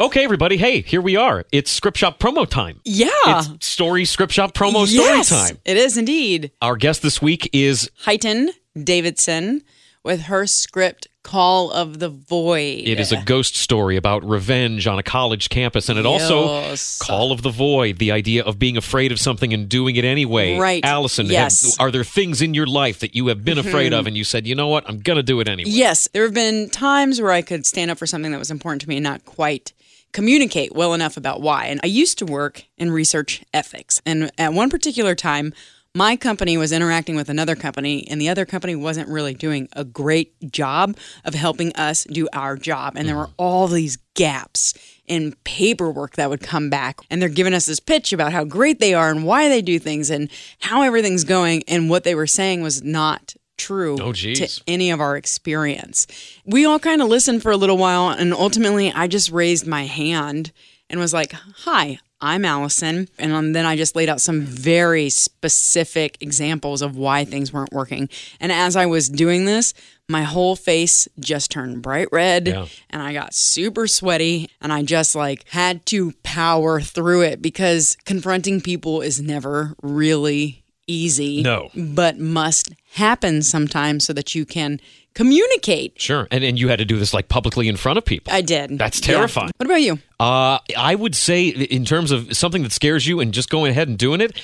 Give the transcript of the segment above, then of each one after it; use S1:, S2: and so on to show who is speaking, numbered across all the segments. S1: Okay, everybody. Hey, here we are. It's script shop promo time.
S2: Yeah.
S1: It's story script shop promo
S2: yes,
S1: story time.
S2: It is indeed.
S1: Our guest this week is
S2: Heighton Davidson with her script Call of the Void.
S1: It is a ghost story about revenge on a college campus, and it also
S2: Yes.
S1: Call of the Void, the idea of being afraid of something and doing it anyway.
S2: Right.
S1: Allison, have-
S2: Yes. Mm-hmm.
S1: are there things in your life that you have been afraid of, and you said, you know what, I'm gonna do it anyway?
S2: Yes, there have been times where I could stand up for something that was important to me and not quite communicate well enough about why. And I used to work in research ethics. And at one particular time, my company was interacting with another company, and the other company wasn't really doing a great job of helping us do our job. And there were
S1: Mm-hmm.
S2: all these gaps in paperwork that would come back. And they're giving us this pitch about how great they are and why they do things and how everything's going. And what they were saying was not true
S1: Oh,
S2: to
S1: geez.
S2: any of our experience. We all kind of listened for a little while, and ultimately, I just raised my hand and was like, Hi, I'm Allison. And um, then I just laid out some very specific examples of why things weren't working. And as I was doing this, my whole face just turned bright red
S1: Yeah.
S2: and I got super sweaty and I just like had to power through it because confronting people is never really easy
S1: No.
S2: but must happen sometimes so that you can communicate.
S1: Sure. And and you had to do this like publicly in front of people.
S2: I did.
S1: That's
S2: Yeah.
S1: terrifying.
S2: What about you?
S1: Uh, I would say, in terms of something that scares you and just going ahead and doing it,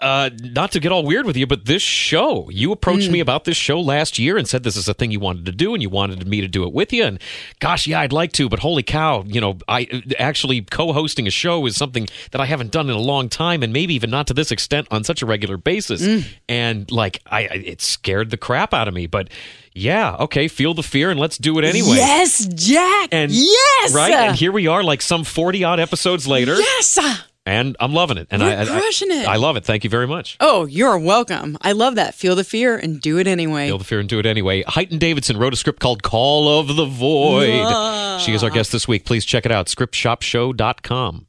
S1: uh, not to get all weird with you, but this show, you approached me about this show last year and said this is a thing you wanted to do and you wanted me to do it with you. And gosh, yeah, I'd like to, but holy cow, you know, I actually co hosting a show is something that I haven't done in a long time and maybe even not to this extent on such a regular basis. And like, I, I it scared the crap out of me, but yeah, okay, feel the fear and let's do it anyway.
S2: Yes, Jack.
S1: And
S2: yes.
S1: right, and here we are, like some forty odd episodes later,
S2: yes.
S1: and I'm loving it, and
S2: You're
S1: I, I- I-
S2: crushing it.
S1: I love it. Thank you very much.
S2: Oh, you're welcome. I love that. Feel the fear and do it anyway.
S1: Feel the fear and do it anyway. Heighton Davidson wrote a script called Call of the Void. She is our guest this week. Please check it out. Scriptshopshow.com.